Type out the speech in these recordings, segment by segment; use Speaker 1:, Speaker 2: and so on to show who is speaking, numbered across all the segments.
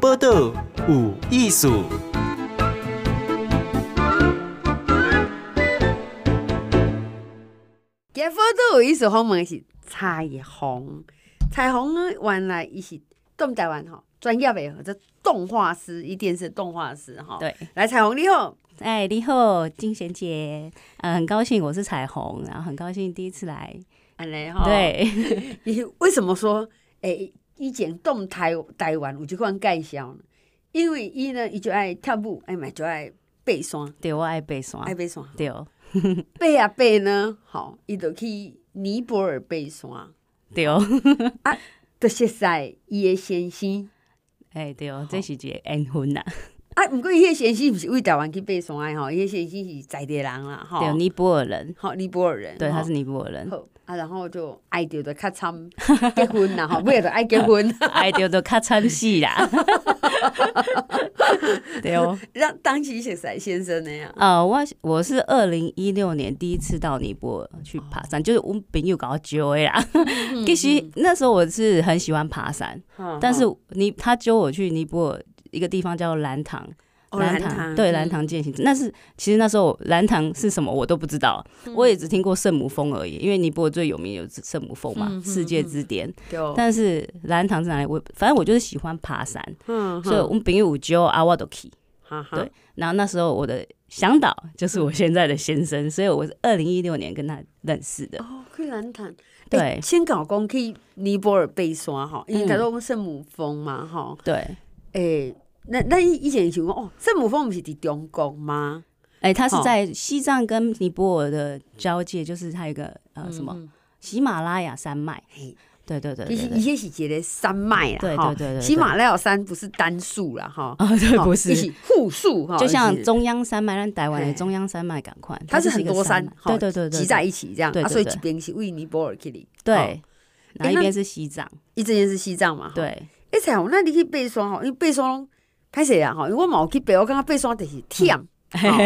Speaker 1: 报道有艺术。
Speaker 2: 今日都有意思访问的是彩虹，彩虹呢，原来伊是东台湾吼专业的，这动画师，伊电视动画师哈。
Speaker 3: 对，
Speaker 2: 来彩虹你好，
Speaker 3: 哎，你好，金贤姐，呃，很高兴我是彩虹，然后很高兴第一次来，
Speaker 2: 安尼吼。，
Speaker 3: 对，
Speaker 2: 伊为什么说诶、以前动台台湾有即款介绍呢？因为伊呢，伊就爱跳舞，爱嘛就爱爬山，
Speaker 3: 对我爱背山，
Speaker 2: 爱爬山，
Speaker 3: 对，
Speaker 2: 爬啊爬呢，吼，伊就去尼泊尔爬山，
Speaker 3: 对，
Speaker 2: 就熟悉伊的先生。
Speaker 3: 哎，对，这是一个缘分呐，
Speaker 2: 啊，毋过伊迄先生毋是为台湾去爬山的吼，伊迄先生是在地人啦，吼，
Speaker 3: 对，尼泊尔人，
Speaker 2: 吼尼泊尔人，
Speaker 3: 对，他
Speaker 2: 吼
Speaker 3: 是尼泊尔人，
Speaker 2: 好啊，然后就爱着就较惨结婚啦， 吼，尾就爱结婚，
Speaker 3: 哎，对，都较惨死啦， 对哦，
Speaker 2: 让当时熟悉先生的呀，
Speaker 3: 呃，我我是二零一六年第一次到尼泊尔
Speaker 2: 哦
Speaker 3: 去爬山，就是我朋友搞揪的啦，
Speaker 2: 嗯
Speaker 3: 其实那时候我是很喜欢爬山，
Speaker 2: 吼
Speaker 3: 但是你他揪我去尼泊尔一个地方叫蓝塘。
Speaker 2: 哦蓝塘嗯
Speaker 3: 对蓝塘践行，那是其实那时候蓝塘是什么我都不知道，
Speaker 2: 嗯
Speaker 3: 我也只听过圣母峰而已，因为尼泊尔最有名有圣母峰嘛，
Speaker 2: 嗯嗯哦
Speaker 3: 世界之巅。
Speaker 2: 嗯对，
Speaker 3: 但是蓝塘是哪里？我反正我就是喜欢爬山，
Speaker 2: 嗯
Speaker 3: 所以我们朋友有揪啊，我都去。
Speaker 2: 哈哈
Speaker 3: 对，然后那时候我的向导就是我现在的先生，所以我是二零一六年跟他认识的。
Speaker 2: 哦，去蓝潭，
Speaker 3: 对
Speaker 2: 欸先讲讲去尼泊尔爬山吼，因为
Speaker 3: 嗯
Speaker 2: 台湾圣母峰嘛吼，
Speaker 3: 对，
Speaker 2: 诶，那那以前想讲哦，圣母峰毋是伫中国吗？
Speaker 3: 哎、他是
Speaker 2: 好
Speaker 3: 在西藏跟尼泊尔的交界，就是他有一个呃什么
Speaker 2: 嗯？
Speaker 3: 喜马拉雅山脉
Speaker 2: 嘿。
Speaker 3: 对对对
Speaker 2: 其
Speaker 3: 对
Speaker 2: 实
Speaker 3: 对
Speaker 2: 伊迄是一个山脉啦，
Speaker 3: 对
Speaker 2: 吼
Speaker 3: 对对对对
Speaker 2: 喜马拉雅山不是单数啦，哈，
Speaker 3: 啊，对，
Speaker 2: 吼
Speaker 3: 不是
Speaker 2: 伊，是复数哈，
Speaker 3: 就像
Speaker 2: 是
Speaker 3: 中央山脉，咱台湾
Speaker 2: 哦嘿
Speaker 3: 的中央山脉赶快，
Speaker 2: 它是
Speaker 3: 就
Speaker 2: 很
Speaker 3: 一个
Speaker 2: 多山
Speaker 3: 脉，
Speaker 2: 吼
Speaker 3: 对对对对，
Speaker 2: 集在一起这样，
Speaker 3: 对
Speaker 2: 啊，
Speaker 3: 对
Speaker 2: 所以
Speaker 3: 对
Speaker 2: 一边是为尼泊尔去哩，
Speaker 3: 对，
Speaker 2: 诶
Speaker 3: 然后一
Speaker 2: 那哦
Speaker 3: 边是西藏，
Speaker 2: 伊之前是西藏嘛，吼。
Speaker 3: 对
Speaker 2: 哎，彩虹，那你去爬山吼，因为爬山拢歹势啦吼，因为我嘛有去爬，我感觉爬山就是忝。
Speaker 3: 嗯
Speaker 2: 吼啊，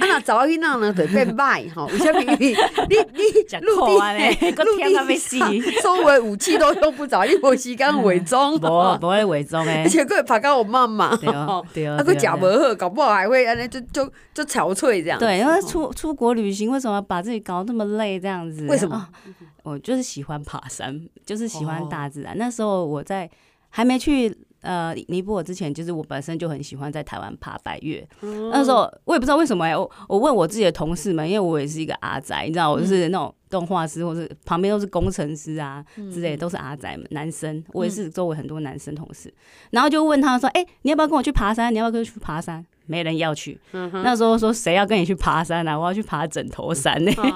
Speaker 2: 若查某囡仔呢，就会变歹吼。为什么？ 因为你你
Speaker 3: 吃
Speaker 2: 陆
Speaker 3: 苦啊嘞
Speaker 2: 地
Speaker 3: 还
Speaker 2: 陆
Speaker 3: 忝到
Speaker 2: 地
Speaker 3: 要死嗯
Speaker 2: 上所有的武器都用不着，你无时间伪装，
Speaker 3: 无无会伪装诶
Speaker 2: 而，且佫会拍到我妈妈，
Speaker 3: 对哦对哦
Speaker 2: 啊，佫
Speaker 3: 对
Speaker 2: 食
Speaker 3: 哦
Speaker 2: 无好，搞不好还会安尼就就就憔悴这样哦子。
Speaker 3: 对，因为
Speaker 2: 吼
Speaker 3: 出出国旅行为什么把自己搞那么累这样子？
Speaker 2: 为什么
Speaker 3: 啊我就是喜欢爬山，就是喜欢大自然。那时候我在还没去。呃，尼泊尔之前，就是我本身就很喜欢在台湾爬百越。那时候我也不知道为什么、欸，我我问我自己的同事们，因为我也是一个阿宅，你知道，我就是那种动画师，或是旁边都是工程师啊之类，都是阿宅们，男生，我也是周围很多男生同事。然后就问他说：“哎、你要不要跟我去爬山？你要不要跟我去爬山？”没人要去。那时候说谁要跟你去爬山啊？我要去爬枕头山欸呢、
Speaker 2: 啊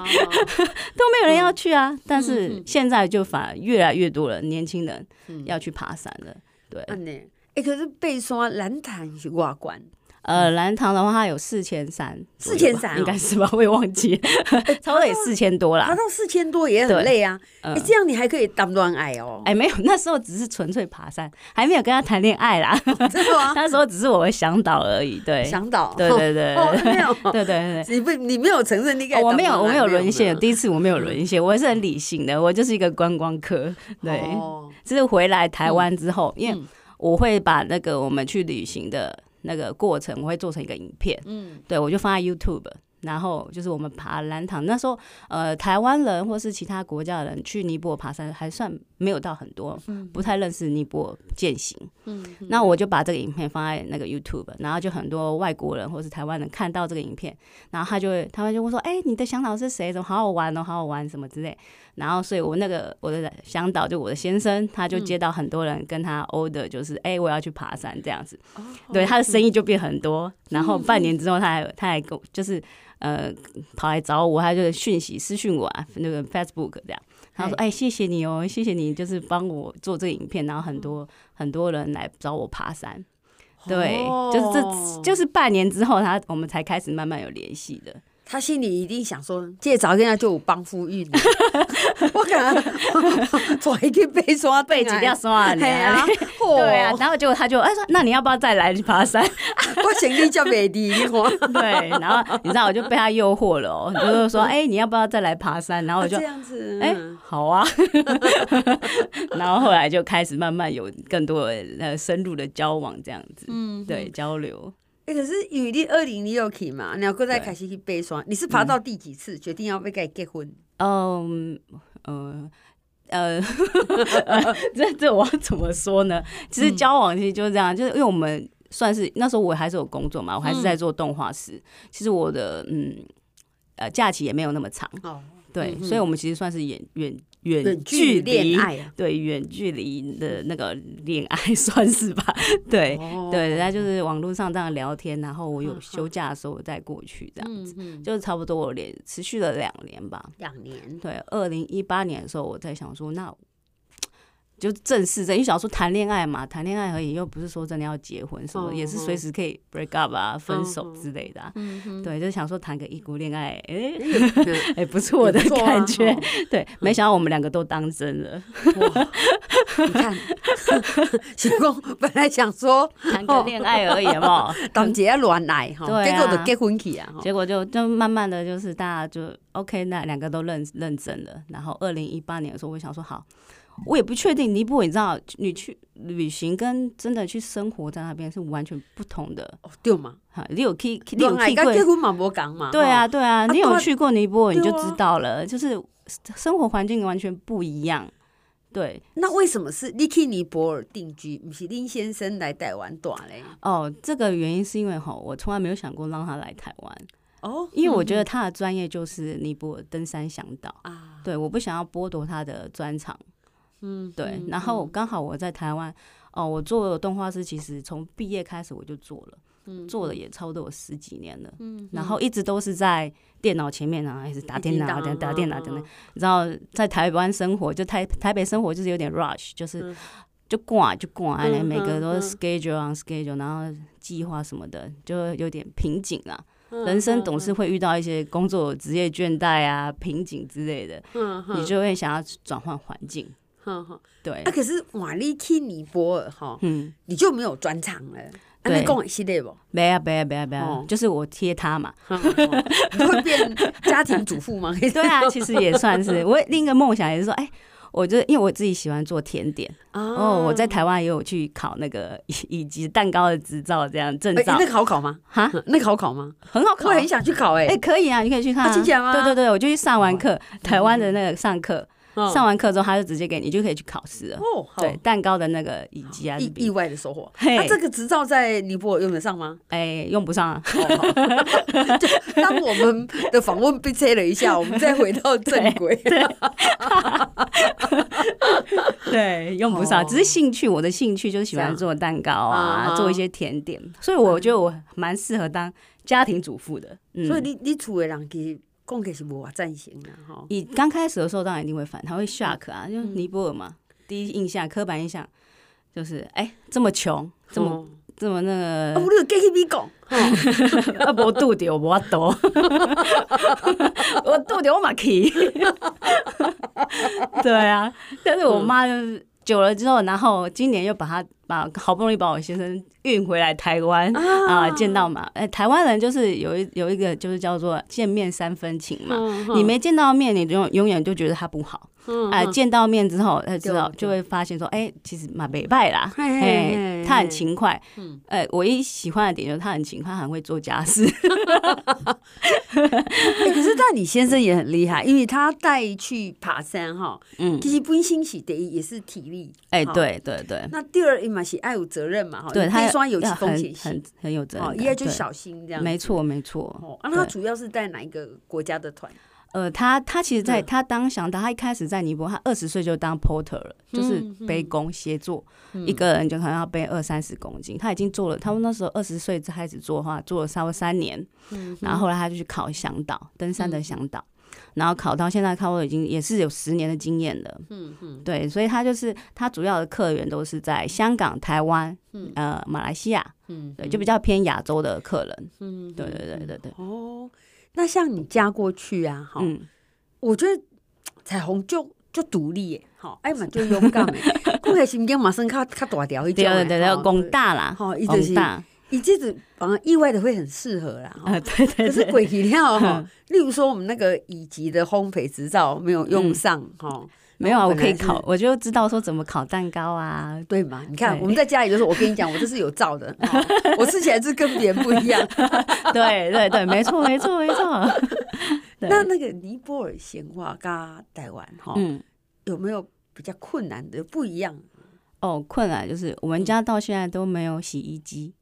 Speaker 3: 都没有人要去啊。但是现在就反而越来越多人，年轻人要去爬山了。对，
Speaker 2: 安尼，哎，可是爬山蓝潭是外关，
Speaker 3: 呃，蓝塘的话它有四千三，
Speaker 2: 4300哦
Speaker 3: 应该是吧？我也忘记， 差不多也四千多
Speaker 2: 爬到
Speaker 3: 啦。
Speaker 2: 啊四千多也很
Speaker 3: 啊对
Speaker 2: 累啊。
Speaker 3: 嗯
Speaker 2: 哎，这样你还可以当恋爱哦。
Speaker 3: 哎，没有，那时候只是纯粹爬山，还没有跟他谈恋爱啦。
Speaker 2: 真的吗？
Speaker 3: 那时候只是我的向导而已。 对，
Speaker 2: 想到，
Speaker 3: 对对对
Speaker 2: 哦， 没有，
Speaker 3: 对对对。
Speaker 2: 你不，你没有承认你给、
Speaker 3: 哦我没有，我没有沦
Speaker 2: 线
Speaker 3: 陷。，第一次我没有沦陷，我是很理性的，我就是一个观光客。对，
Speaker 2: 哦
Speaker 3: 就是回来台湾之后，因为我会把那个我们去旅行的那个过程，我会做成一个影片，
Speaker 2: 嗯，
Speaker 3: 对我就放在 YouTube。然后就是我们爬蓝塘，那时候呃，台湾人或是其他国家的人去尼泊尔爬山还算没有到很多，不太认识尼泊尔践行。那我就把这个影片放在那个 YouTube，然后就很多外国人或是台湾人看到这个影片，然后他就会他们就会说：“哎、你的向导是谁？怎么好好玩哦，好好玩什么之类。”然后，所以我那个我的向导就我的先生，他就接到很多人跟他 order，就是哎、我要去爬山这样子。对，他的生意就变很多。然后半年之后，他还他还跟我就是呃跑来找我，他就讯息私讯我啊，那个 Facebook 这样。他说：“哎、谢谢你哦，谢谢你，就是帮我做这个影片，然后很多很多人来找我爬山。”
Speaker 2: 哦
Speaker 3: 对，就是这，就是半年之后他，我们才开始慢慢有联系的。
Speaker 2: 他心里一定想说，这早跟他就有帮扶运，啊 我感觉抓一个背山
Speaker 3: 背几条山
Speaker 2: 嘿啊
Speaker 3: 啊，， 对啊，然后结果他就哎说，那你要不要再来爬山？
Speaker 2: 吼我行李叫美丽，你 看，
Speaker 3: 对，然后你知道我就被他诱惑了哦，就是说，哎，你要不要再来爬山？然后我就
Speaker 2: 啊这。样子，
Speaker 3: 哎、好啊， 然后后来就开始慢慢有更多的呃深入的交往，这样子，嗯，对，交流，
Speaker 2: 欸可是因为你二零零六去嘛，然后搁再
Speaker 3: 对
Speaker 2: 开始去爬山，你是爬到第几次、决定要被跟他结婚？
Speaker 3: 嗯，呃。呃， 这这我要怎么说呢？其
Speaker 2: 嗯
Speaker 3: 实交往其实就是这样，就是因为我们算是那时候我还是有工作嘛，我还
Speaker 2: 嗯
Speaker 3: 是在做动画师。其实我的嗯呃假期也没有那么长，
Speaker 2: 哦，
Speaker 3: 对，
Speaker 2: 嗯哼
Speaker 3: 所以我们其实算是远远远
Speaker 2: 远距
Speaker 3: 距离
Speaker 2: 恋，爱啊，
Speaker 3: 对远距离的那个恋爱算是吧， 对、
Speaker 2: 哦
Speaker 3: 哎对，人家就是网络上这样聊天，然后
Speaker 2: 嗯
Speaker 3: 我有
Speaker 2: 嗯
Speaker 3: 休假的时候我再过去这样，
Speaker 2: 嗯嗯，
Speaker 3: 就是差不多我连持续了两年吧，
Speaker 2: 两年，
Speaker 3: 对，二零一八年的时候，我在想说，那就正式这，因为想说谈恋爱嘛，谈恋爱而已，又不是说真的要结婚什么，
Speaker 2: 嗯
Speaker 3: 也是
Speaker 2: 嗯
Speaker 3: 随时可以 break up 啊、分手
Speaker 2: 嗯
Speaker 3: 之类的、啊。
Speaker 2: 嗯哼，
Speaker 3: 对，就想说谈个异国恋爱，哎、
Speaker 2: 嗯
Speaker 3: 哎、不错的
Speaker 2: 也不错啊
Speaker 3: 感觉。
Speaker 2: 哦
Speaker 3: 对，没想到我们两个都当真了，
Speaker 2: 哇，你看， 想讲本来想说
Speaker 3: 谈个恋爱而已 嘛。
Speaker 2: 当姐要啊乱来哈，
Speaker 3: 对
Speaker 2: 结
Speaker 3: 啊
Speaker 2: 果就结婚去啊，吼
Speaker 3: 结果就就慢慢的就是大家就 OK，那两个都认认真了。然后二零一八年的时候，我想说好，我也不确定尼泊尔，你知道，你去旅行跟真的去生活在那边是完全不同的。
Speaker 2: 哦对嘛，
Speaker 3: 哈，你有去，你
Speaker 2: 恋
Speaker 3: 有
Speaker 2: 爱
Speaker 3: 去
Speaker 2: 跟
Speaker 3: 过
Speaker 2: 结？婚嘛无讲嘛，
Speaker 3: 对啊，对啊，你
Speaker 2: 对
Speaker 3: 有
Speaker 2: 啊
Speaker 3: 去过尼泊尔你就
Speaker 2: 对啊
Speaker 3: 知道了，就是生活环境完全不一样。对，
Speaker 2: 吼，那为什么是你去尼泊尔定居，不是林先生来台湾住嘞？
Speaker 3: 哦，这个原因是因为哈，我从来没有想过让他来台湾，
Speaker 2: 哦，
Speaker 3: 因为我觉得他的专业就是尼泊尔登山向导。
Speaker 2: 嗯啊，
Speaker 3: 对，我不想要剥夺他的专长。
Speaker 2: 嗯，
Speaker 3: 对
Speaker 2: 嗯，
Speaker 3: 然后刚好我在台湾，哦，我做动画师，其实从毕业开始我就做了，做了也差不多有十几年了。然后一直都是在电脑前面啊，一直打电脑、打嗯打电
Speaker 2: 嗯
Speaker 3: 脑、打电脑。你知道，在台湾生活，就台台北生活就是有点 rush，就是就挂就挂，哎、
Speaker 2: 嗯
Speaker 3: 每个都
Speaker 2: 嗯嗯
Speaker 3: schedule on schedule，然后计划什么的，就有点瓶颈啦。
Speaker 2: 嗯
Speaker 3: 人生总是会遇到一些工作、职业倦怠啊、瓶颈之类的，
Speaker 2: 嗯
Speaker 3: 你就会想要转换环境。
Speaker 2: 哼哼，
Speaker 3: 对
Speaker 2: 啊那、，可是哇，你去尼泊尔哈，
Speaker 3: 嗯，
Speaker 2: 你就没有专场了。啊，
Speaker 3: 对
Speaker 2: 你讲的是对不？
Speaker 3: 没啊，没啊，没啊，没啊
Speaker 2: 哦，
Speaker 3: 就是我贴 他嘛。
Speaker 2: 哼
Speaker 3: 嗯
Speaker 2: 哼你会变家庭主妇 吗？
Speaker 3: 对啊，其实也算是我另一个梦想，也是说，哎。我就因为我自己喜欢做甜点
Speaker 2: 啊
Speaker 3: 哦，我在台湾也有去考那个以及蛋糕的执照，这样证
Speaker 2: 哎
Speaker 3: 照
Speaker 2: 那个好考吗？
Speaker 3: 哈，
Speaker 2: 那个好考吗？
Speaker 3: 很好考
Speaker 2: 我。很想去考哎、
Speaker 3: 哎，可以啊，你可以去看
Speaker 2: 啊真假吗
Speaker 3: 啊。对对对，我就去上完课，台湾的那个上课，
Speaker 2: 嗯
Speaker 3: 上完课之后他就直接给你，就可以去考试了。
Speaker 2: 哦，好
Speaker 3: 对，蛋糕的那个以及啊，
Speaker 2: 意意外的收获。
Speaker 3: 嘿
Speaker 2: 那、这个执照在尼泊尔用得上 吗？
Speaker 3: 哎用不上啊。
Speaker 2: 哦好就当我们的访问被切了一下，我们再回到正轨。
Speaker 3: 对，用不
Speaker 2: 哦
Speaker 3: 上，只是兴趣。我的兴趣就是喜
Speaker 2: 这
Speaker 3: 欢
Speaker 2: 样
Speaker 3: 做蛋糕
Speaker 2: 啊
Speaker 3: 啊，
Speaker 2: 哈
Speaker 3: 做一些甜点，所以我觉得我蛮适合当家庭主妇的。嗯，
Speaker 2: 所以你你厝的人其实讲起是无法赞成啦吼。
Speaker 3: 你刚开始的时候当然一定会烦，他会 shock 啊，因为尼泊尔嘛，第一印象刻板印象就是哎、这么穷，这么、
Speaker 2: 哦
Speaker 3: 这么那
Speaker 2: 啊，我
Speaker 3: 个
Speaker 2: 你有继续咪讲，吼
Speaker 3: 啊，无肚子我无法度，我肚子我嘛去，对啊，但是我妈就是久了之后，然后今年又把她把好不容易把我先生运回来台湾啊、见到嘛，哎、台湾人就是有一有一个就是叫做见面三分情
Speaker 2: 嗯
Speaker 3: 嘛，你没见到面，你永永远就觉得他不好，
Speaker 2: 嗯
Speaker 3: 哎、见到面之后才知道，
Speaker 2: 对
Speaker 3: 就会发现说，哎、其实蛮北拜啦，
Speaker 2: 嘿嘿
Speaker 3: 哎、
Speaker 2: 嘿
Speaker 3: 他很
Speaker 2: 嘿嗯
Speaker 3: 勤快，哎、我一喜欢的点就是他很勤快，很会做家事，
Speaker 2: 欸可是但你先生也很厉害，因为他带去爬山哈，
Speaker 3: 嗯，
Speaker 2: 其实本身是第一也是体力，
Speaker 3: 哎、
Speaker 2: 好。
Speaker 3: 对对对，
Speaker 2: 那第二，伊嘛是爱有责任嘛，哈，
Speaker 3: 对他
Speaker 2: 一双有
Speaker 3: 要
Speaker 2: 其风险性，
Speaker 3: 很很很有责任
Speaker 2: 哦，
Speaker 3: 感，
Speaker 2: 一爱就
Speaker 3: 对
Speaker 2: 小心这样。
Speaker 3: 没错没错，
Speaker 2: 哦，啊，那他
Speaker 3: 对
Speaker 2: 主要是带哪一个国家的团？
Speaker 3: 呃，他他其实在，
Speaker 2: 嗯
Speaker 3: 他当想到他一开始在尼泊尔，他二十岁就当 porter 了，就是背弓协作，一个人就可能要背二三十公斤。他已经做了，他们那时候二十岁开始做的话，做了差不多三年，然后后来他就去考向导，登山的向导。然后考到现在，差不多已经也是有十年的经验了。嗯嗯，对，所以他就是他主要的客源都是在香港、台湾、嗯呃马来西亚，嗯，对，就比较偏亚洲的客人。嗯，对对对对对。
Speaker 2: 哦，那像你嫁过去啊，哈、
Speaker 3: 嗯，
Speaker 2: 我觉得彩虹就就独立耶，吼，哎嘛就勇敢 诶，讲起心经马上较较大条一
Speaker 3: 对
Speaker 2: 种
Speaker 3: 对
Speaker 2: 的，
Speaker 3: 对，
Speaker 2: 吼
Speaker 3: 广，大啦，
Speaker 2: 吼，伊就
Speaker 3: 广
Speaker 2: 是
Speaker 3: 大，
Speaker 2: 伊这种反而意外的会很适合啦，吼
Speaker 3: 啊，对对
Speaker 2: 可是
Speaker 3: 对，
Speaker 2: 鬼去了 哈，例如说我们那个乙级的烘焙执照没有用上哦哈、
Speaker 3: 没有啊，我
Speaker 2: 本来
Speaker 3: 可以
Speaker 2: 是
Speaker 3: 烤，我就知道说怎么烤蛋糕啊，
Speaker 2: 对嘛？你看
Speaker 3: 对
Speaker 2: 我们在家里就说，我跟你讲，我这是有照的， 哈我吃起来是跟别人不一样。
Speaker 3: 对对对，没错没错没错。对
Speaker 2: 那那哦个尼泊尔闲话跟台湾哈、
Speaker 3: 嗯，
Speaker 2: 有没有比较困难的不一样？
Speaker 3: 哦，困难就是我们家到现在都没有洗衣机。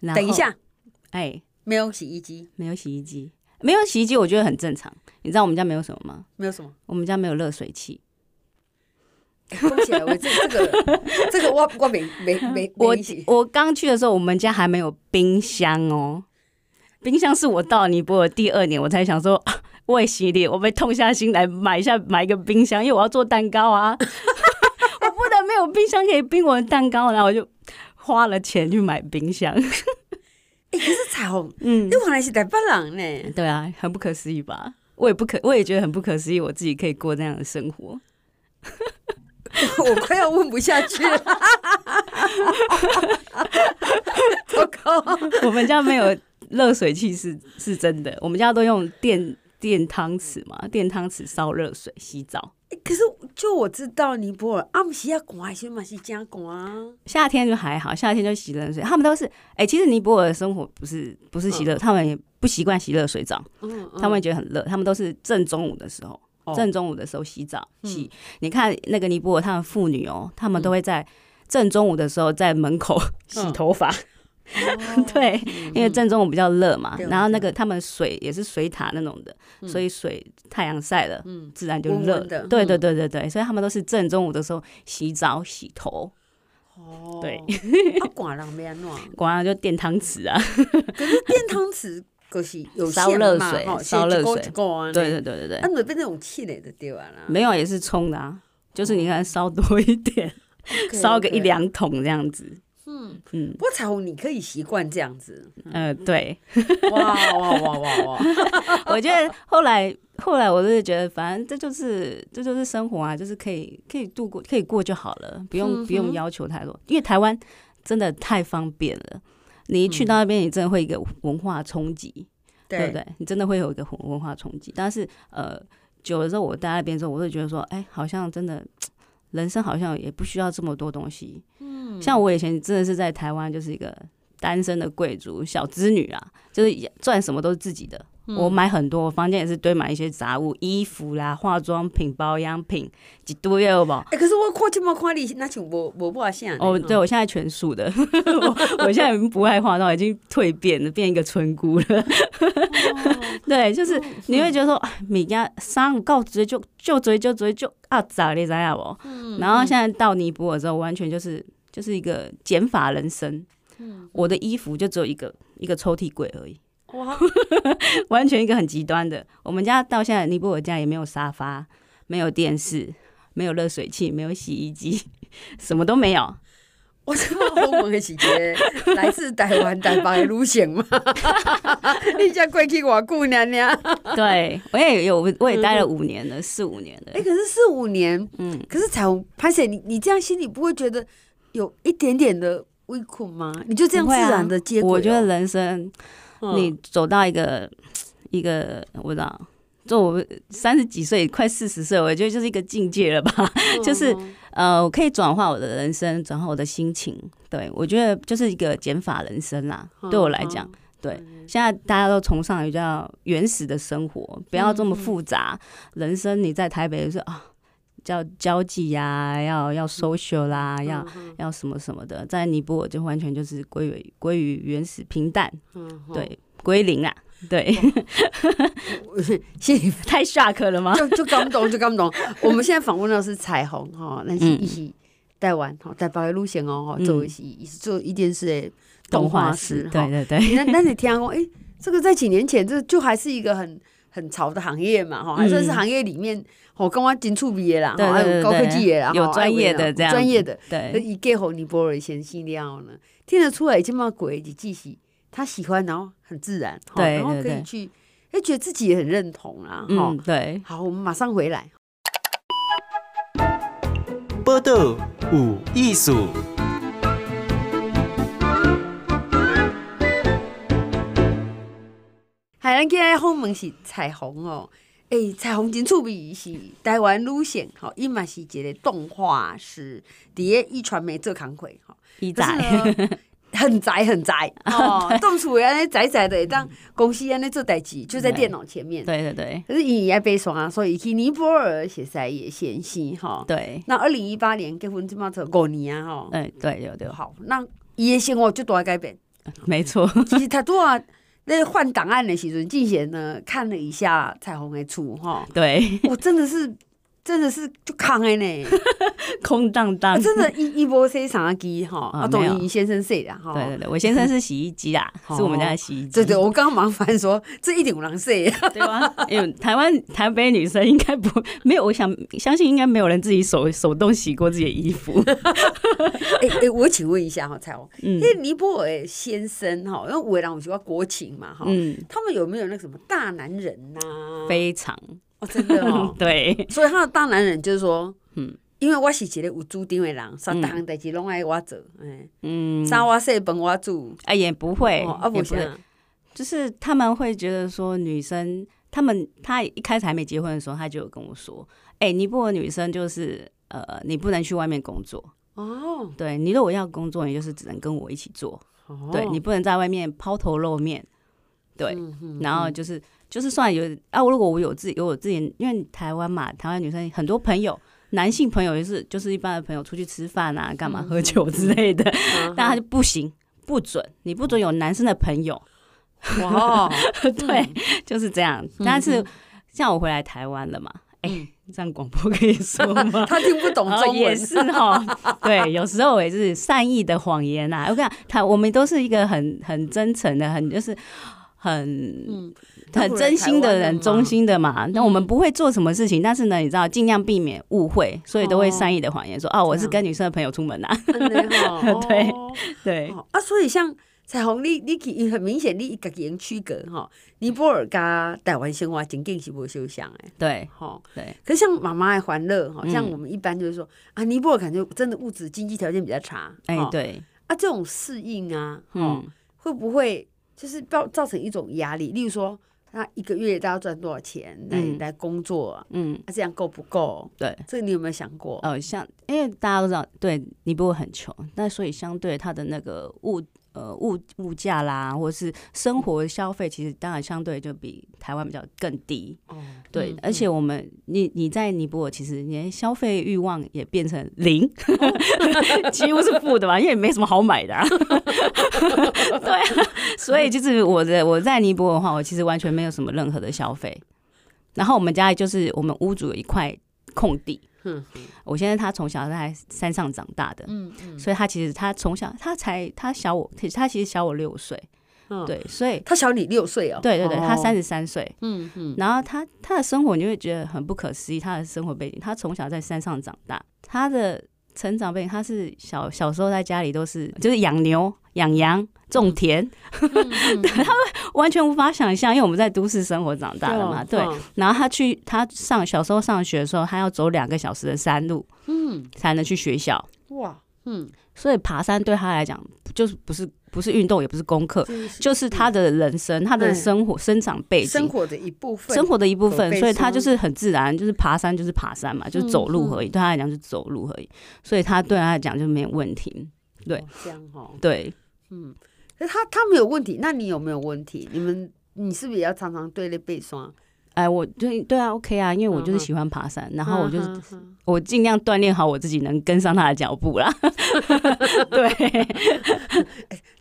Speaker 3: 然后
Speaker 2: 等一，下，
Speaker 3: 哎，
Speaker 2: 没有洗衣机，
Speaker 3: 没有洗衣机，没有洗衣机，我觉得很正常。你知道我们家没有什么吗？
Speaker 2: 没有什么。
Speaker 3: 我们家没有热水器。
Speaker 2: 恭喜啊我这这个这个我我没没没
Speaker 3: 我
Speaker 2: 没洗。
Speaker 3: 我刚去的时候，我们家还没有冰箱哦。冰箱是我到尼泊尔第二年，我才想说，啊为洗礼，我被痛下心来买一下买一个冰箱，因为我要做蛋糕啊。 我不能没有冰箱可以冰我的蛋糕，然后我就花了钱去买冰箱。
Speaker 2: 哎、可是彩虹，
Speaker 3: 嗯
Speaker 2: 你，原来是台北人呢？
Speaker 3: 对啊，很不可思议吧？我也不可，我也觉得很不可思议，我自己可以过那样的生活。
Speaker 2: 我快要问不下去了， 糟糕！
Speaker 3: 我们家没有热水器是是真的，我们家都用电电汤匙嘛，电汤匙烧热水洗澡。
Speaker 2: 可是就我知道尼泊尔暗时啊寒，时嘛是真寒啊。
Speaker 3: 夏天就还好，夏天就洗冷水，他们都是哎、其实尼泊尔的生活不是不是洗热，他们也不习惯洗热水澡，
Speaker 2: 嗯，
Speaker 3: 他们会觉得很热，他们都是正中午的时候，
Speaker 2: 哦嗯
Speaker 3: 正中午的时候洗澡洗。你看那个尼泊尔，他们妇女哦，他们都会在正中午的时候在门口 洗头发，
Speaker 2: 嗯，
Speaker 3: 对，因为正中午比较热嘛，
Speaker 2: 对
Speaker 3: 然后那个他们水也是水塔那种的，所以水太阳晒了，
Speaker 2: 嗯
Speaker 3: 自然就
Speaker 2: 温
Speaker 3: 热
Speaker 2: 温的
Speaker 3: 对对
Speaker 2: 嗯
Speaker 3: 对对对，所以他们都是正中午的时候洗澡洗头，
Speaker 2: 哦
Speaker 3: 对，
Speaker 2: 啊寒人要安怎？
Speaker 3: 果然就电汤匙啊，
Speaker 2: 可是电汤匙就是有
Speaker 3: 烧热
Speaker 2: 线嘛
Speaker 3: 水
Speaker 2: 吼
Speaker 3: 烧热水
Speaker 2: 一股一股啊
Speaker 3: 对对对对
Speaker 2: 啊，
Speaker 3: 对，
Speaker 2: 你就变那种气馁的对啊啦，
Speaker 3: 没有也是冲的啊，就是你看烧多 一点，
Speaker 2: OK，
Speaker 3: 烧个一
Speaker 2: OK。
Speaker 3: 两桶这样子，
Speaker 2: 嗯，
Speaker 3: 嗯
Speaker 2: 不过彩虹你可以习惯这样 子，
Speaker 3: 呃对，
Speaker 2: 哇哇哇哇哇！
Speaker 3: 我觉得后来后来我就是觉得，反正这就是这就是生活啊，就是可以可以度过可以过就好了，不用、
Speaker 2: 嗯哼
Speaker 3: 不用要求太多，因为台湾真的太方便了。你一
Speaker 2: 嗯
Speaker 3: 去到那边，你真的会有一个文化冲击，对不
Speaker 2: 对，
Speaker 3: 对？你真的会有一个文文化冲击。但是呃，久了之后，我待在那边之后，我就觉得说，哎，好像真的人生好像也不需要这么多东西。嗯，像我以前真的是在台湾就是一个单身的贵族小资女啊，就是也赚什么都是自己的。我买很多，我房间也是堆满一些杂物，衣服啦、化妆品、保养品，几堆有吧。
Speaker 2: 哎，可是我看这么看你，那像无无半啥呢
Speaker 3: 哦，对，，我现在全素的， 我我现在已经不爱化妆，已经蜕变了，变一个村姑了。对，就是你会觉得说，哎米家上告直接就就直接就直接就啊咋嘞咋呀不？然后现在到尼泊尔之后，完全就是就是一个减法人生。我的衣服就只有一个一个抽屉柜而已，
Speaker 2: 哇，
Speaker 3: 完全一个很极端的。我们家到现在尼泊尔家也没有沙发，没有电视，没有热水器，没有洗衣机， 什么都没有。
Speaker 2: 我知道我们的是一个来自台湾台北的女性 嘛，你才过去偌久啊娘娘。
Speaker 3: 对，我也有，我也待了五年了，四五年了
Speaker 2: 哎、。可是四五年，
Speaker 3: 嗯，
Speaker 2: 可是彩虹拍摄你，你这样心里不会觉得有一点点的微苦吗？你就这样
Speaker 3: 不
Speaker 2: 自
Speaker 3: 会啊
Speaker 2: 然的接、哦
Speaker 3: 我觉得人生
Speaker 2: 嗯
Speaker 3: 你走到一个、一个，我不知道，就我三十几岁，快四十岁，我觉得就是一个境界了吧。 就是呃，我可以转化我的人生，转化我的心情。对我觉得就是一个减法人生啦，对我来讲。对，现在大家都崇尚比较原始的生活，不要这么复杂。人生你在台北就是啊，叫交际呀、要要 social 啦，要要什么什么的。在尼泊尔就完全就是归于归于原始平淡，
Speaker 2: 嗯哦
Speaker 3: 对，归零啦，对，
Speaker 2: 心里
Speaker 3: 太 shock 了吗？
Speaker 2: 就就搞不懂，就搞不 懂。我们现在访问到是彩虹哈，那是一起带完哈，带北的路线哦，哈，
Speaker 3: 嗯
Speaker 2: 做一起做一件事的画师哈
Speaker 3: 对。对对，
Speaker 2: 那那你听说，哎、这个在几年前，这就还是一个很很潮的行业嘛，哈，还算是行业里面，吼，跟我紧触别啦，
Speaker 3: 嗯对
Speaker 2: 吼还
Speaker 3: 对
Speaker 2: 有
Speaker 3: 对
Speaker 2: 高科技的啦，
Speaker 3: 对有
Speaker 2: 吼
Speaker 3: 专业的
Speaker 2: 还有
Speaker 3: 这样哎
Speaker 2: 专业的，那
Speaker 3: 对，
Speaker 2: 一给吼尼泊尔先生了呢，听得出来，这么鬼的继续，他喜欢，然后很自然，吼
Speaker 3: 对
Speaker 2: 然后可
Speaker 3: 对
Speaker 2: 以
Speaker 3: 对
Speaker 2: 去就觉得自己也很认同啦，哈、
Speaker 3: 嗯，对，
Speaker 2: 好，我们马上回来。
Speaker 1: 报道有艺术。
Speaker 2: 海咱今日访问是彩虹哦，诶、彩虹真趣味，是台湾女性吼，伊嘛是一个动画师，伫咧一传媒做工课吼，
Speaker 3: 一
Speaker 2: 可是
Speaker 3: 仔，
Speaker 2: 呢很宅很宅 哦，动厝的安尼宅宅的，会当公司安尼做代志，就在电脑前面。
Speaker 3: 对对对
Speaker 2: 可是伊也悲伤啊，所以伊去尼泊尔写在也先生吼。
Speaker 3: 对，
Speaker 2: 那二零一八年结婚，即满做五年啊吼。
Speaker 3: 嗯，对对对，
Speaker 2: 好，那伊的生活就大的改变。
Speaker 3: 没错，
Speaker 2: 其实他多啊，那换档案的时阵，进贤呢看了一下彩虹的厝 哈，
Speaker 3: 对，
Speaker 2: 我真的是真的是就扛的 呢，
Speaker 3: 空荡
Speaker 2: 啊
Speaker 3: 荡。
Speaker 2: 真的一一波洗啥机哈，
Speaker 3: 啊
Speaker 2: 啊，董
Speaker 3: 没有
Speaker 2: 怡先生洗的哈。
Speaker 3: 对对对，我先生是洗衣机 啦，
Speaker 2: 哦
Speaker 3: 是我们家的洗衣机。
Speaker 2: 对对，我刚刚忙翻说这一点有人说，
Speaker 3: 对吧？ 因为台湾台北女生应该不没有，我想相信应该没有人自己手手动洗过自己的衣 服。
Speaker 2: 哎哎，我请问一下哈，彩虹，
Speaker 3: 嗯
Speaker 2: 因为尼泊尔的先生哈，因为维朗有喜欢国情嘛哈，
Speaker 3: 嗯，
Speaker 2: 他们有没有那个什么大男人呐？
Speaker 3: 非常，
Speaker 2: 哦，真的哦
Speaker 3: 对，
Speaker 2: 所以他的大男人就是说，嗯
Speaker 3: 嗯，
Speaker 2: 因为我是一个有主张的人，啥
Speaker 3: 嗯
Speaker 2: 大项代志拢爱我做，哎。
Speaker 3: 嗯，
Speaker 2: 沙瓦塞本瓦煮，
Speaker 3: 哎也不会，
Speaker 2: 哦，啊
Speaker 3: 也
Speaker 2: 不
Speaker 3: 不
Speaker 2: 是
Speaker 3: 会，就是他们会觉得说女生，他们他一开始还没结婚的时候，他就有跟我说，哎、尼泊尔女生就是呃，你不能去外面工作，
Speaker 2: 哦，
Speaker 3: 对你如果要工作，你就是只能跟我一起做，
Speaker 2: 哦
Speaker 3: 对你不能在外面抛头露面，对，
Speaker 2: 嗯嗯
Speaker 3: 然后就是就是算有啊，如果我有自己有我自己，因为台湾嘛，台湾女生很多朋友。男性朋友也是，就是一般的朋友出去吃饭啊，干嘛喝酒之类的，
Speaker 2: 嗯
Speaker 3: 但他就不行，不准，你不准有男生的朋友，
Speaker 2: 哇哦，
Speaker 3: 对，就是这样。但
Speaker 2: 嗯
Speaker 3: 是像我回来台湾了嘛，哎、这样广播可以说吗？
Speaker 2: 他听不懂
Speaker 3: 然
Speaker 2: 嗯
Speaker 3: 后
Speaker 2: 中
Speaker 3: 哦也
Speaker 2: 文， 哦
Speaker 3: 是哈，对，有时候我也是善意的谎言呐、我跟你讲，他我们都是一个很很真诚的，很就是很
Speaker 2: 嗯，他
Speaker 3: 很
Speaker 2: 不来
Speaker 3: 真心的
Speaker 2: 台湾了嗯
Speaker 3: 人，
Speaker 2: 吗
Speaker 3: 忠心的嘛。那我们不会做什么事情，但是呢，你知道，尽量避免误会，所以都会
Speaker 2: 哦
Speaker 3: 善意的谎言说，哦，我是跟女生的朋友出门呐、
Speaker 2: 安尼吼
Speaker 3: 对
Speaker 2: 哦
Speaker 3: 对，
Speaker 2: 哦啊，所以像彩虹，你你去很明显，你家己人区隔吼，尼泊尔甲台湾生活情境是无相像诶，
Speaker 3: 对，
Speaker 2: 吼。
Speaker 3: 对，
Speaker 2: 可是像妈妈的欢乐哈，
Speaker 3: 嗯
Speaker 2: 像我们一般就是说、啊，尼泊尔感觉真的物质经济条件比较差，
Speaker 3: 哎、
Speaker 2: 吼
Speaker 3: 对，
Speaker 2: 啊，这种适应啊，嗯
Speaker 3: 嗯，，
Speaker 2: 会不会就是造造成一种压力？例如说，他一个月大概赚多少钱来、
Speaker 3: 嗯
Speaker 2: 来工作啊？
Speaker 3: 嗯，
Speaker 2: 这样够不够？
Speaker 3: 对。
Speaker 2: 这个你有没有想过？
Speaker 3: 哦，像因为大家都知道，对尼泊尔很穷，那所以相对它的那个物呃物物价啦，或是生活消费，其实当然相对就比台湾比较更低。
Speaker 2: 哦，
Speaker 3: 对，呃
Speaker 2: 嗯
Speaker 3: 而且我们你你在尼泊尔，其实你的消费欲望也变成零，
Speaker 2: 哦
Speaker 3: 几乎是负的吧，因为也没什么好买 的、啊。对啊，所以就是我的我在尼泊尔的话，我其实完全没有什么任何的消费。然后我们家就是我们屋主有一块空地，
Speaker 2: 嗯
Speaker 3: 嗯，我现在他从小在山上长大的，嗯嗯，所以他其实他从小他才他小我，他其实小我六岁，
Speaker 2: 嗯
Speaker 3: 对，所以
Speaker 2: 他小你六岁哦，
Speaker 3: 对对对，他
Speaker 2: 哦
Speaker 3: 三，十三岁，
Speaker 2: 嗯嗯，
Speaker 3: 然后他他的生活你会觉得很不可思议，他的生活背景，他从小在山上长大，他的成长背景，他是小小时候在家里都是就是养牛、养羊、种田，
Speaker 2: 嗯
Speaker 3: 他完全无法想象，因为我们在都市生活长大的嘛，对。
Speaker 2: 哦
Speaker 3: 然后他去他上小时候上学的时候，他要走两个小时的山路，嗯，才能去学校，
Speaker 2: 哇，嗯，
Speaker 3: 所以爬山对他来讲就是不是不是运动，也不是功课。
Speaker 2: 这
Speaker 3: 就是他的人生，他的
Speaker 2: 对
Speaker 3: 生活、生长背景、
Speaker 2: 嗯生活的一部分，哦
Speaker 3: 生活的一部分
Speaker 2: 可，悲
Speaker 3: 所以他
Speaker 2: 伤
Speaker 3: 就是很自然，就是爬山就是爬山嘛，就是走
Speaker 2: 嗯
Speaker 3: 路而已。对他来讲就是走路而已，所以他对他来讲就没有问题。对
Speaker 2: 哦这样哦。
Speaker 3: 对，
Speaker 2: 可是他他没有问题，那你有没有问题？你们你是不是也要常常对类背霜？
Speaker 3: 哎，我就对啊，OK 啊，因为我就是
Speaker 2: 嗯哼
Speaker 3: 喜欢爬山，然后我就是
Speaker 2: 嗯哼
Speaker 3: 我尽量锻炼好我自己，能跟上他的脚步啦。 对，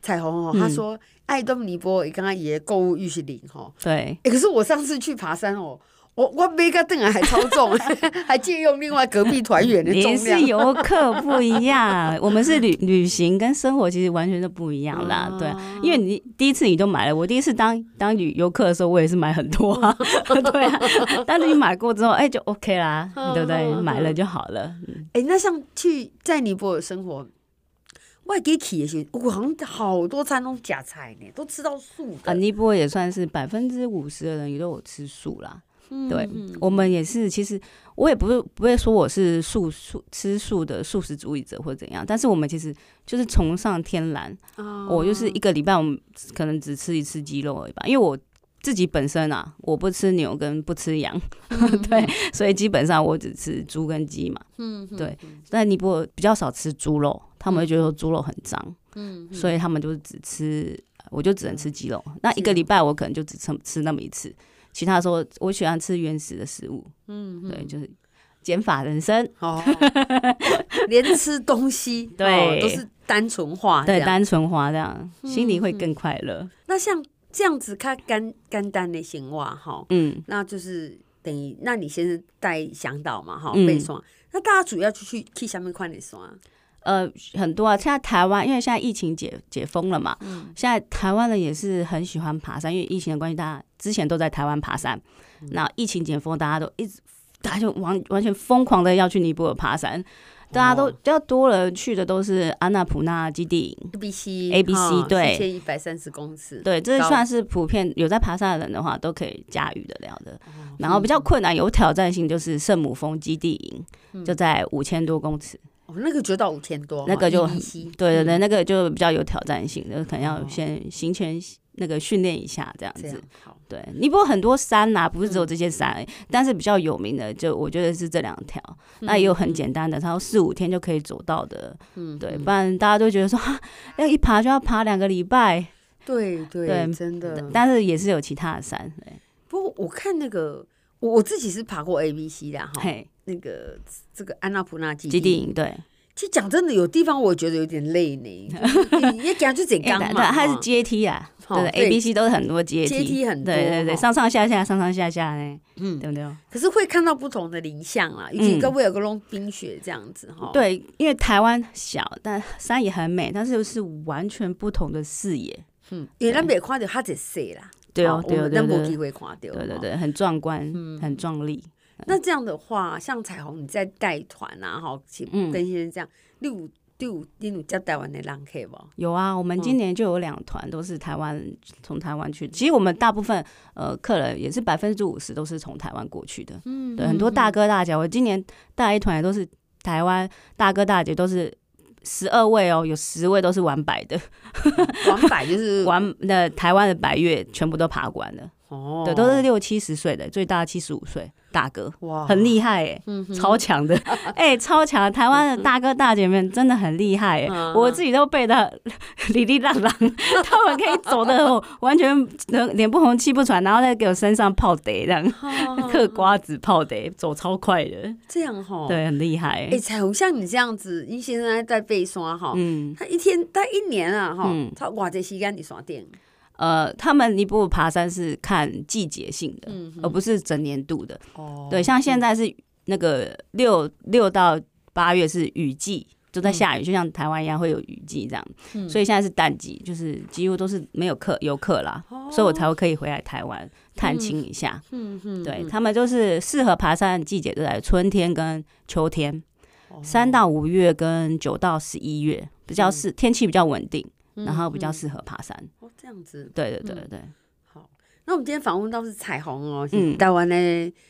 Speaker 2: 彩虹哦，
Speaker 3: 嗯
Speaker 2: 他说爱东尼波尔刚刚也购物欲是零哦，
Speaker 3: 对，
Speaker 2: 欸，可是我上次去爬山哦，我我背个凳啊还超重， 还借用另外隔壁团员的
Speaker 3: 你
Speaker 2: 重量
Speaker 3: 是。游客不一样，我们是旅旅行跟生活其实完全都不一样啦。对啊，
Speaker 2: 嗯
Speaker 3: 因为你第一次你都买了，我第一次当当旅游客的时候，我也是买很多啊，对啊。但是你买过之后，哎、就 OK 啦，对不对？买了就好了。
Speaker 2: 哎、那像去在尼泊尔生活，外地去的时候，我好像好多餐都假菜呢，都吃到素
Speaker 3: 啊，
Speaker 2: 的。
Speaker 3: 尼泊尔也算是百分之五十的人也都有吃素啦。对，
Speaker 2: 嗯
Speaker 3: 我们也是，其实我也不是不会说我是素素吃素的素食主义者或怎样，但是我们其实就是崇尚天然。
Speaker 2: 哦
Speaker 3: 我就是一个礼拜我们可能只吃一次鸡肉而已吧，因为我自己本身啊，我不吃牛跟不吃羊， 对，所以基本上我只吃猪跟鸡嘛。嗯，对，在尼泊尔比较少吃猪肉，他们会觉得说猪肉很脏，嗯，所以他们就是只吃，我就只能吃鸡肉。那一个礼拜我可能就只吃吃那么一次，其他时候我喜欢吃原始的食物。嗯，对，就是减法人生。
Speaker 2: 哦，连吃东西
Speaker 3: 对
Speaker 2: 哦、都是单纯化这
Speaker 3: 对，
Speaker 2: 样。
Speaker 3: 单纯啊化这嗯样，心里会更快乐。
Speaker 2: 那像这样子，看干干单的型哇，哈，
Speaker 3: 嗯，
Speaker 2: 那就是等于，那你先是带向导嘛，哈，
Speaker 3: 嗯
Speaker 2: 背山。那大家主要就去去下面看的山，
Speaker 3: 呃，很多啊。现在台湾因为现在疫情解解封了嘛，现在台湾人也是很喜欢爬山，因为疫情的关系，大家之前都在台湾爬山，那、疫情解封，大家都一直，大家就完完全疯狂的要去尼泊尔爬山。大家都比较多人去的都是安娜普纳基地营，
Speaker 2: A B C 哦
Speaker 3: ABC 对
Speaker 2: 一千一百三十公尺，
Speaker 3: 对，这
Speaker 2: 高
Speaker 3: 算是普遍有在爬山的人的话都可以驾驭得了的。然后比较困难、有挑战性就是圣母峰基地营，就在五千多公尺，
Speaker 2: 哦，那个就到五千多，
Speaker 3: 那个就很
Speaker 2: B C，
Speaker 3: 对对对，那个就比较有挑战性，就可能要先行前那个训练一下这样
Speaker 2: 哦这
Speaker 3: 子
Speaker 2: 样。嗯好，
Speaker 3: 对，尼泊尔很多山啦、不是只有这些山而已，但是比较有名的就我觉得是这两条，那也有很简单的，然后四五天就可以走到的。
Speaker 2: 嗯，
Speaker 3: 对，不然大家都觉得说 啊，要一爬就要爬两个礼拜，
Speaker 2: 对对，
Speaker 3: 对
Speaker 2: 真的。
Speaker 3: 但是也是有其他的山。对
Speaker 2: 不过我看那个，我我自己是爬过 A B C 的哈，
Speaker 3: 嘿，
Speaker 2: 那个这个安娜普纳哦基
Speaker 3: 基地
Speaker 2: 地。
Speaker 3: 营对，
Speaker 2: 其实讲真的，有地方我觉得有点累 呢，就是你也讲就整
Speaker 3: 对，
Speaker 2: 刚
Speaker 3: 对
Speaker 2: 嘛，
Speaker 3: 哎它是
Speaker 2: 哈
Speaker 3: 阶梯啊，
Speaker 2: 哦
Speaker 3: 对
Speaker 2: 对
Speaker 3: ，A、B、C 都是很多阶梯，
Speaker 2: 阶梯很多
Speaker 3: 对对对，
Speaker 2: 哦
Speaker 3: 上上下下，上上下下呢，
Speaker 2: 嗯
Speaker 3: 对不对？
Speaker 2: 可是会看到不同的林相啦，尤其各位有个弄冰雪这样子哈。，
Speaker 3: 嗯对，因为台湾小，但山也很美，但是又是完全不同的视野。
Speaker 2: 嗯，因为咱北看到它只细啦，
Speaker 3: 对哦
Speaker 2: 吼，
Speaker 3: 对
Speaker 2: 我
Speaker 3: 哦，
Speaker 2: 们
Speaker 3: 对
Speaker 2: 咱
Speaker 3: 哦
Speaker 2: 没
Speaker 3: 对
Speaker 2: 机
Speaker 3: 哦，
Speaker 2: 会看到。
Speaker 3: 对对
Speaker 2: 吼。
Speaker 3: 对，很壮观，很壮丽。
Speaker 2: 那这样的话，像彩虹，你在带团啊，哈，请
Speaker 3: 嗯
Speaker 2: 跟先生这样，六六你有接台湾的人客无？
Speaker 3: 有啊，我们今年就有两团都是台湾从台湾去，其实我们大部分呃客人也是百分之五十都是从台湾过去的，嗯，对，很多大哥大姐，我今年带一团也都是台湾大哥大姐，都是十二位哦，有十位都是玩百的，
Speaker 2: 往百就是
Speaker 3: 玩那台湾的百越全部都爬完了，
Speaker 2: 哦，
Speaker 3: 对，都是六七十岁的，最大七十五岁大哥，
Speaker 2: 哇，
Speaker 3: 很厉害哎、
Speaker 2: 嗯
Speaker 3: 超 强的哎、超强！台湾的大哥大姐们真的很厉害哎、
Speaker 2: 嗯
Speaker 3: 我自己都背 的里里浪浪，他们可以走的 完全呃脸不红气不喘，然后再给我身上泡得这样，
Speaker 2: 哦
Speaker 3: 嗑瓜子泡得，走超快的，
Speaker 2: 这样哈。，
Speaker 3: 对，很厉害、
Speaker 2: 哎，彩虹像你这样子，殷先生在背山哈，
Speaker 3: 嗯，
Speaker 2: 他一天他一年啊哈
Speaker 3: 嗯，
Speaker 2: 他哇这时间你山顶，
Speaker 3: 呃，他们尼泊尔爬山是看季节性的，
Speaker 2: 嗯
Speaker 3: 而不是整年度的。
Speaker 2: 哦
Speaker 3: 对，像现在是那个六六到八月是雨季，
Speaker 2: 嗯
Speaker 3: 都在下雨，就像台湾一样会有雨季这样。所以现在是淡季，就是几乎都是没有客游客啦，所以我才会可以回来台湾探亲一下。
Speaker 2: 哦嗯嗯，
Speaker 3: 对他们就是适合爬山的季节都在春天跟秋天，
Speaker 2: 哦
Speaker 3: 三到五月跟九到十一月比较
Speaker 2: 嗯
Speaker 3: 适，天气比较稳定，然后比较适合爬山。
Speaker 2: 哦这样子
Speaker 3: 对对对对对。
Speaker 2: 好。那我们今天访问到是彩虹哦，是
Speaker 3: 嗯
Speaker 2: 台湾的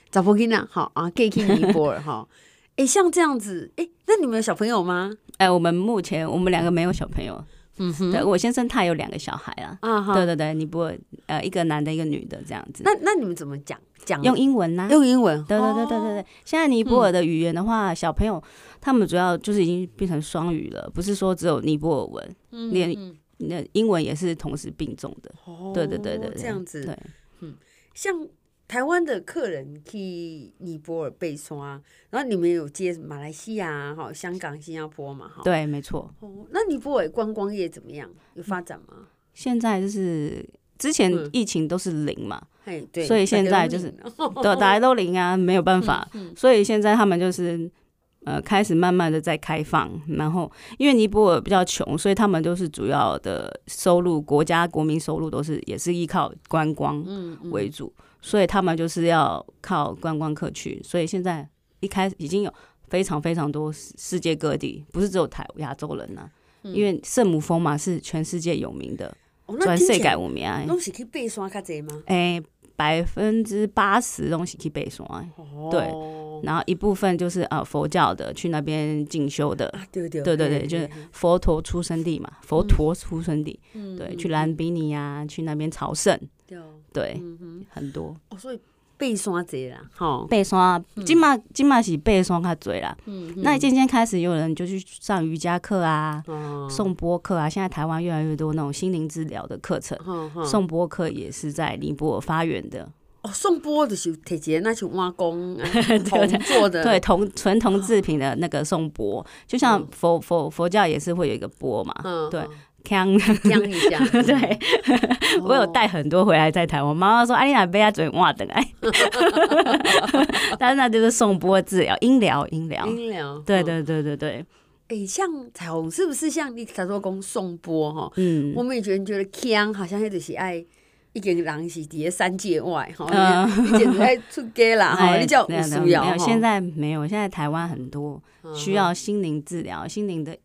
Speaker 2: 早福囡仔，好啊，可以去尼泊尔 哈。哎，像这样子，哎，那你们有小朋友吗？
Speaker 3: 哎、我们目前我们两个没有小朋友，嗯哼，对我先生他有两个小孩啊，
Speaker 2: 啊哈，
Speaker 3: 对对对，你不会呃一个男的，一个女的这样子，
Speaker 2: 那那你们怎么讲？讲
Speaker 3: 用英文呐、啊
Speaker 2: 用英文？哦
Speaker 3: 对对对对对对，现在尼泊尔的语言的话，小朋友他们主要就是已经变成双语了，不是说只有尼泊尔文，
Speaker 2: 嗯
Speaker 3: 连那英文也是同时并重的。
Speaker 2: 哦
Speaker 3: 嗯对对对对，对
Speaker 2: 这样子。嗯
Speaker 3: 对，
Speaker 2: 像台湾的客人去尼泊尔被刷，然后你们有接马来西亚啊哈、香港、新加坡嘛哈。
Speaker 3: 对，没错。
Speaker 2: 哦，那尼泊尔观光业怎么样？有发展
Speaker 3: 嗯
Speaker 2: 吗？
Speaker 3: 现在就是之前
Speaker 2: 嗯
Speaker 3: 疫情都是零嘛，
Speaker 2: 嘿，对，
Speaker 3: 所以现在
Speaker 2: 大家都
Speaker 3: 就是
Speaker 2: 领了
Speaker 3: 对，大家都零啊，没有办法，
Speaker 2: 嗯
Speaker 3: 所以现在他们就是呃开始慢慢的在开放，然后因为尼泊尔比较穷，所以他们都是主要的收入，国家国民收入都是也是依靠观光
Speaker 2: 嗯
Speaker 3: 为主，所以他们就是要靠观光客去，所以现在一开始已经有非常非常多世世界各地，不是只有台亚洲人呐、因为圣母峰嘛是全世界有名的，
Speaker 2: 嗯哦
Speaker 3: 全世界
Speaker 2: 来
Speaker 3: 有名的。
Speaker 2: 拢是去爬山较济吗？
Speaker 3: 诶，百分之八十东西去北山的，
Speaker 2: 哦
Speaker 3: 对然后一部分就是呃佛教的去那边进修的，
Speaker 2: 啊，对对
Speaker 3: 对对对，嗯
Speaker 2: 嘿
Speaker 3: 就是
Speaker 2: 嘿嘿
Speaker 3: 佛陀出生地嘛，佛陀出生地，对，去兰比尼啊，去那边朝圣，
Speaker 2: 对哦，
Speaker 3: 对，很多
Speaker 2: 哦所以爬山济啦，哦吼，
Speaker 3: 背山，今嘛今嘛是背山较多啦，那渐渐开始有人就去上瑜伽课啊，
Speaker 2: 哦，
Speaker 3: 颂钵课啊，现在台湾越来越多那种心灵治疗的课程，
Speaker 2: 吼吼
Speaker 3: 颂钵课也是在尼泊尔发源的，
Speaker 2: 哦，送波就是摕一个那像碗公 铜做的，
Speaker 3: 对，铜纯铜制品的那个颂钵，就像佛佛佛教也是会有一个钵嘛，
Speaker 2: 嗯，
Speaker 3: 对
Speaker 2: 嗯，哦
Speaker 3: 锵
Speaker 2: 这样一下，
Speaker 3: 对，我有带很多回来在台湾，妈妈说：“哎、啊，你俩被他嘴哇 等哎。”但是那就是送波治疗、音疗、音疗。
Speaker 2: 音疗，
Speaker 3: 啊对
Speaker 2: 嗯
Speaker 3: 对对对对，
Speaker 2: 诶，像彩虹是不是像你才说讲颂钵吼？
Speaker 3: 嗯
Speaker 2: 我，们以前觉得腔好像迄就是爱。一个人是伫咧三界外吼，
Speaker 3: 嗯
Speaker 2: 你简直爱出家啦 吼，你叫有需要嗯
Speaker 3: 哎没
Speaker 2: 吼
Speaker 3: 有，现在没有，现在台湾很多需要心灵治疗、心灵的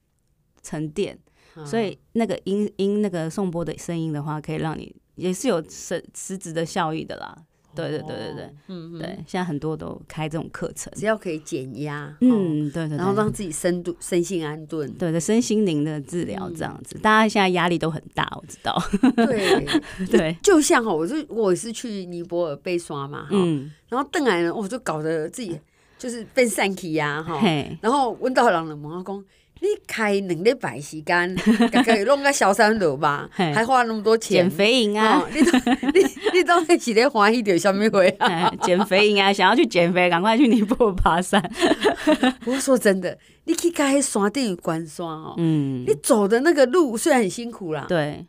Speaker 3: 沉淀，
Speaker 2: 嗯
Speaker 3: 所以那个音音那个送波的声音的话，可以让你也是有实实质的效益的啦。对对对对对，
Speaker 2: 哦嗯，嗯
Speaker 3: 对，现在很多都开这种课程。
Speaker 2: 只要可以减压，嗯，
Speaker 3: 嗯，对对对，，
Speaker 2: 然后让自己深度身心安顿
Speaker 3: 对的，身心灵的治疗这样
Speaker 2: 嗯
Speaker 3: 子，大家现在压力都很大，我知 道。
Speaker 2: 对，
Speaker 3: 对，
Speaker 2: 就像哈，我是我也是去尼泊尔被刷嘛哈，
Speaker 3: 嗯，
Speaker 2: 然后邓来呢，我就搞得自己就是变散去呀哈，
Speaker 3: 嘿，
Speaker 2: 然后阮到人就问我讲，你开两礼拜时 间，大概弄个小三流吧，
Speaker 3: 嘿
Speaker 2: 还花那么多钱
Speaker 3: 减。肥营啊
Speaker 2: 哦，，你到 你你到底是咧欢喜着什么会啊？
Speaker 3: 哎减肥营啊，想要去减肥，赶快去尼泊尔 爬山。
Speaker 2: 我说真的，你去开山顶有关山哦，
Speaker 3: 嗯
Speaker 2: 你，走的那个路虽然很辛苦啦，
Speaker 3: 对，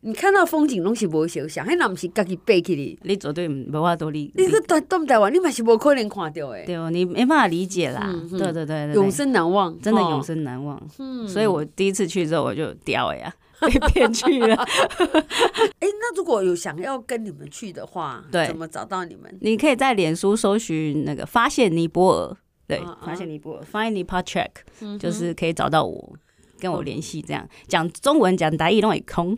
Speaker 2: 你看到风景拢是无相像，迄若毋是家己背起哩，
Speaker 3: 你绝对无法多理，
Speaker 2: 你去台东台湾，你嘛是无可能看到诶，
Speaker 3: 对哦，你没办法理解啦。
Speaker 2: 嗯嗯
Speaker 3: 对对对对
Speaker 2: 永
Speaker 3: 对，
Speaker 2: 生难忘，
Speaker 3: 真的
Speaker 2: 吼
Speaker 3: 永。生难忘。所以我第一次去之后我就掉了呀， 被骗去了。
Speaker 2: 哎、那如果有想要跟你们去的话，
Speaker 3: 对
Speaker 2: 怎么找到你们？
Speaker 3: 你可以在脸书搜寻那个发现尼泊尔，对
Speaker 2: 啊，啊
Speaker 3: 发现尼泊尔，Find Nepal Check，就是
Speaker 2: 嗯
Speaker 3: 可以找到我，跟
Speaker 2: 哦
Speaker 3: 我联系，这样讲中文讲台语都会空，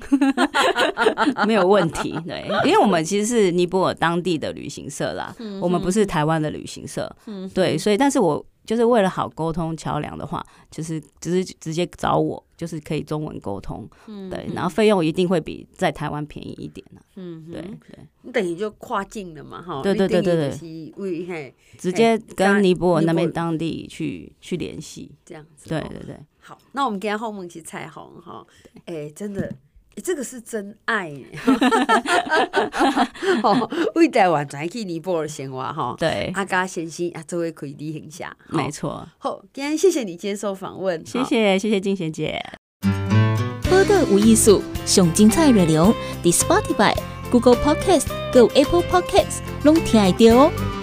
Speaker 3: 没有问题。对，因为我们其实是尼泊尔当地的旅行社啦，
Speaker 2: 嗯
Speaker 3: 我们不是台湾的旅行社，对，所以但是我。就是为了好沟通桥梁的话，就是只是直接找我，就是可以中文沟通，对，然后费用一定会比在台湾便宜一点啊，
Speaker 2: 嗯，
Speaker 3: 对对。
Speaker 2: 你等于就跨境了嘛，哈。
Speaker 3: 对对对
Speaker 2: 你等于
Speaker 3: 对
Speaker 2: 就是为嘿
Speaker 3: 直接跟尼泊尔那
Speaker 2: 尼
Speaker 3: 边
Speaker 2: 泊
Speaker 3: 当地去去联系。
Speaker 2: 这样子。
Speaker 3: 对
Speaker 2: 吼
Speaker 3: 对对，
Speaker 2: 好，那我们今天后面是彩虹哈，哎、真的。哎这个是真爱耶， 哦，为台湾转去尼泊尔生活哈，
Speaker 3: 对，
Speaker 2: 阿嘎先生啊，这位可以旅行下，吼
Speaker 3: 没错。
Speaker 2: 好，今天谢谢你接受访问，
Speaker 3: 谢
Speaker 2: 好
Speaker 3: 谢谢谢静贤姐。
Speaker 4: 播客无艺术，上精彩内容，伫 Spotify、Google Podcast、Go Apple Podcast 拢听得到哦。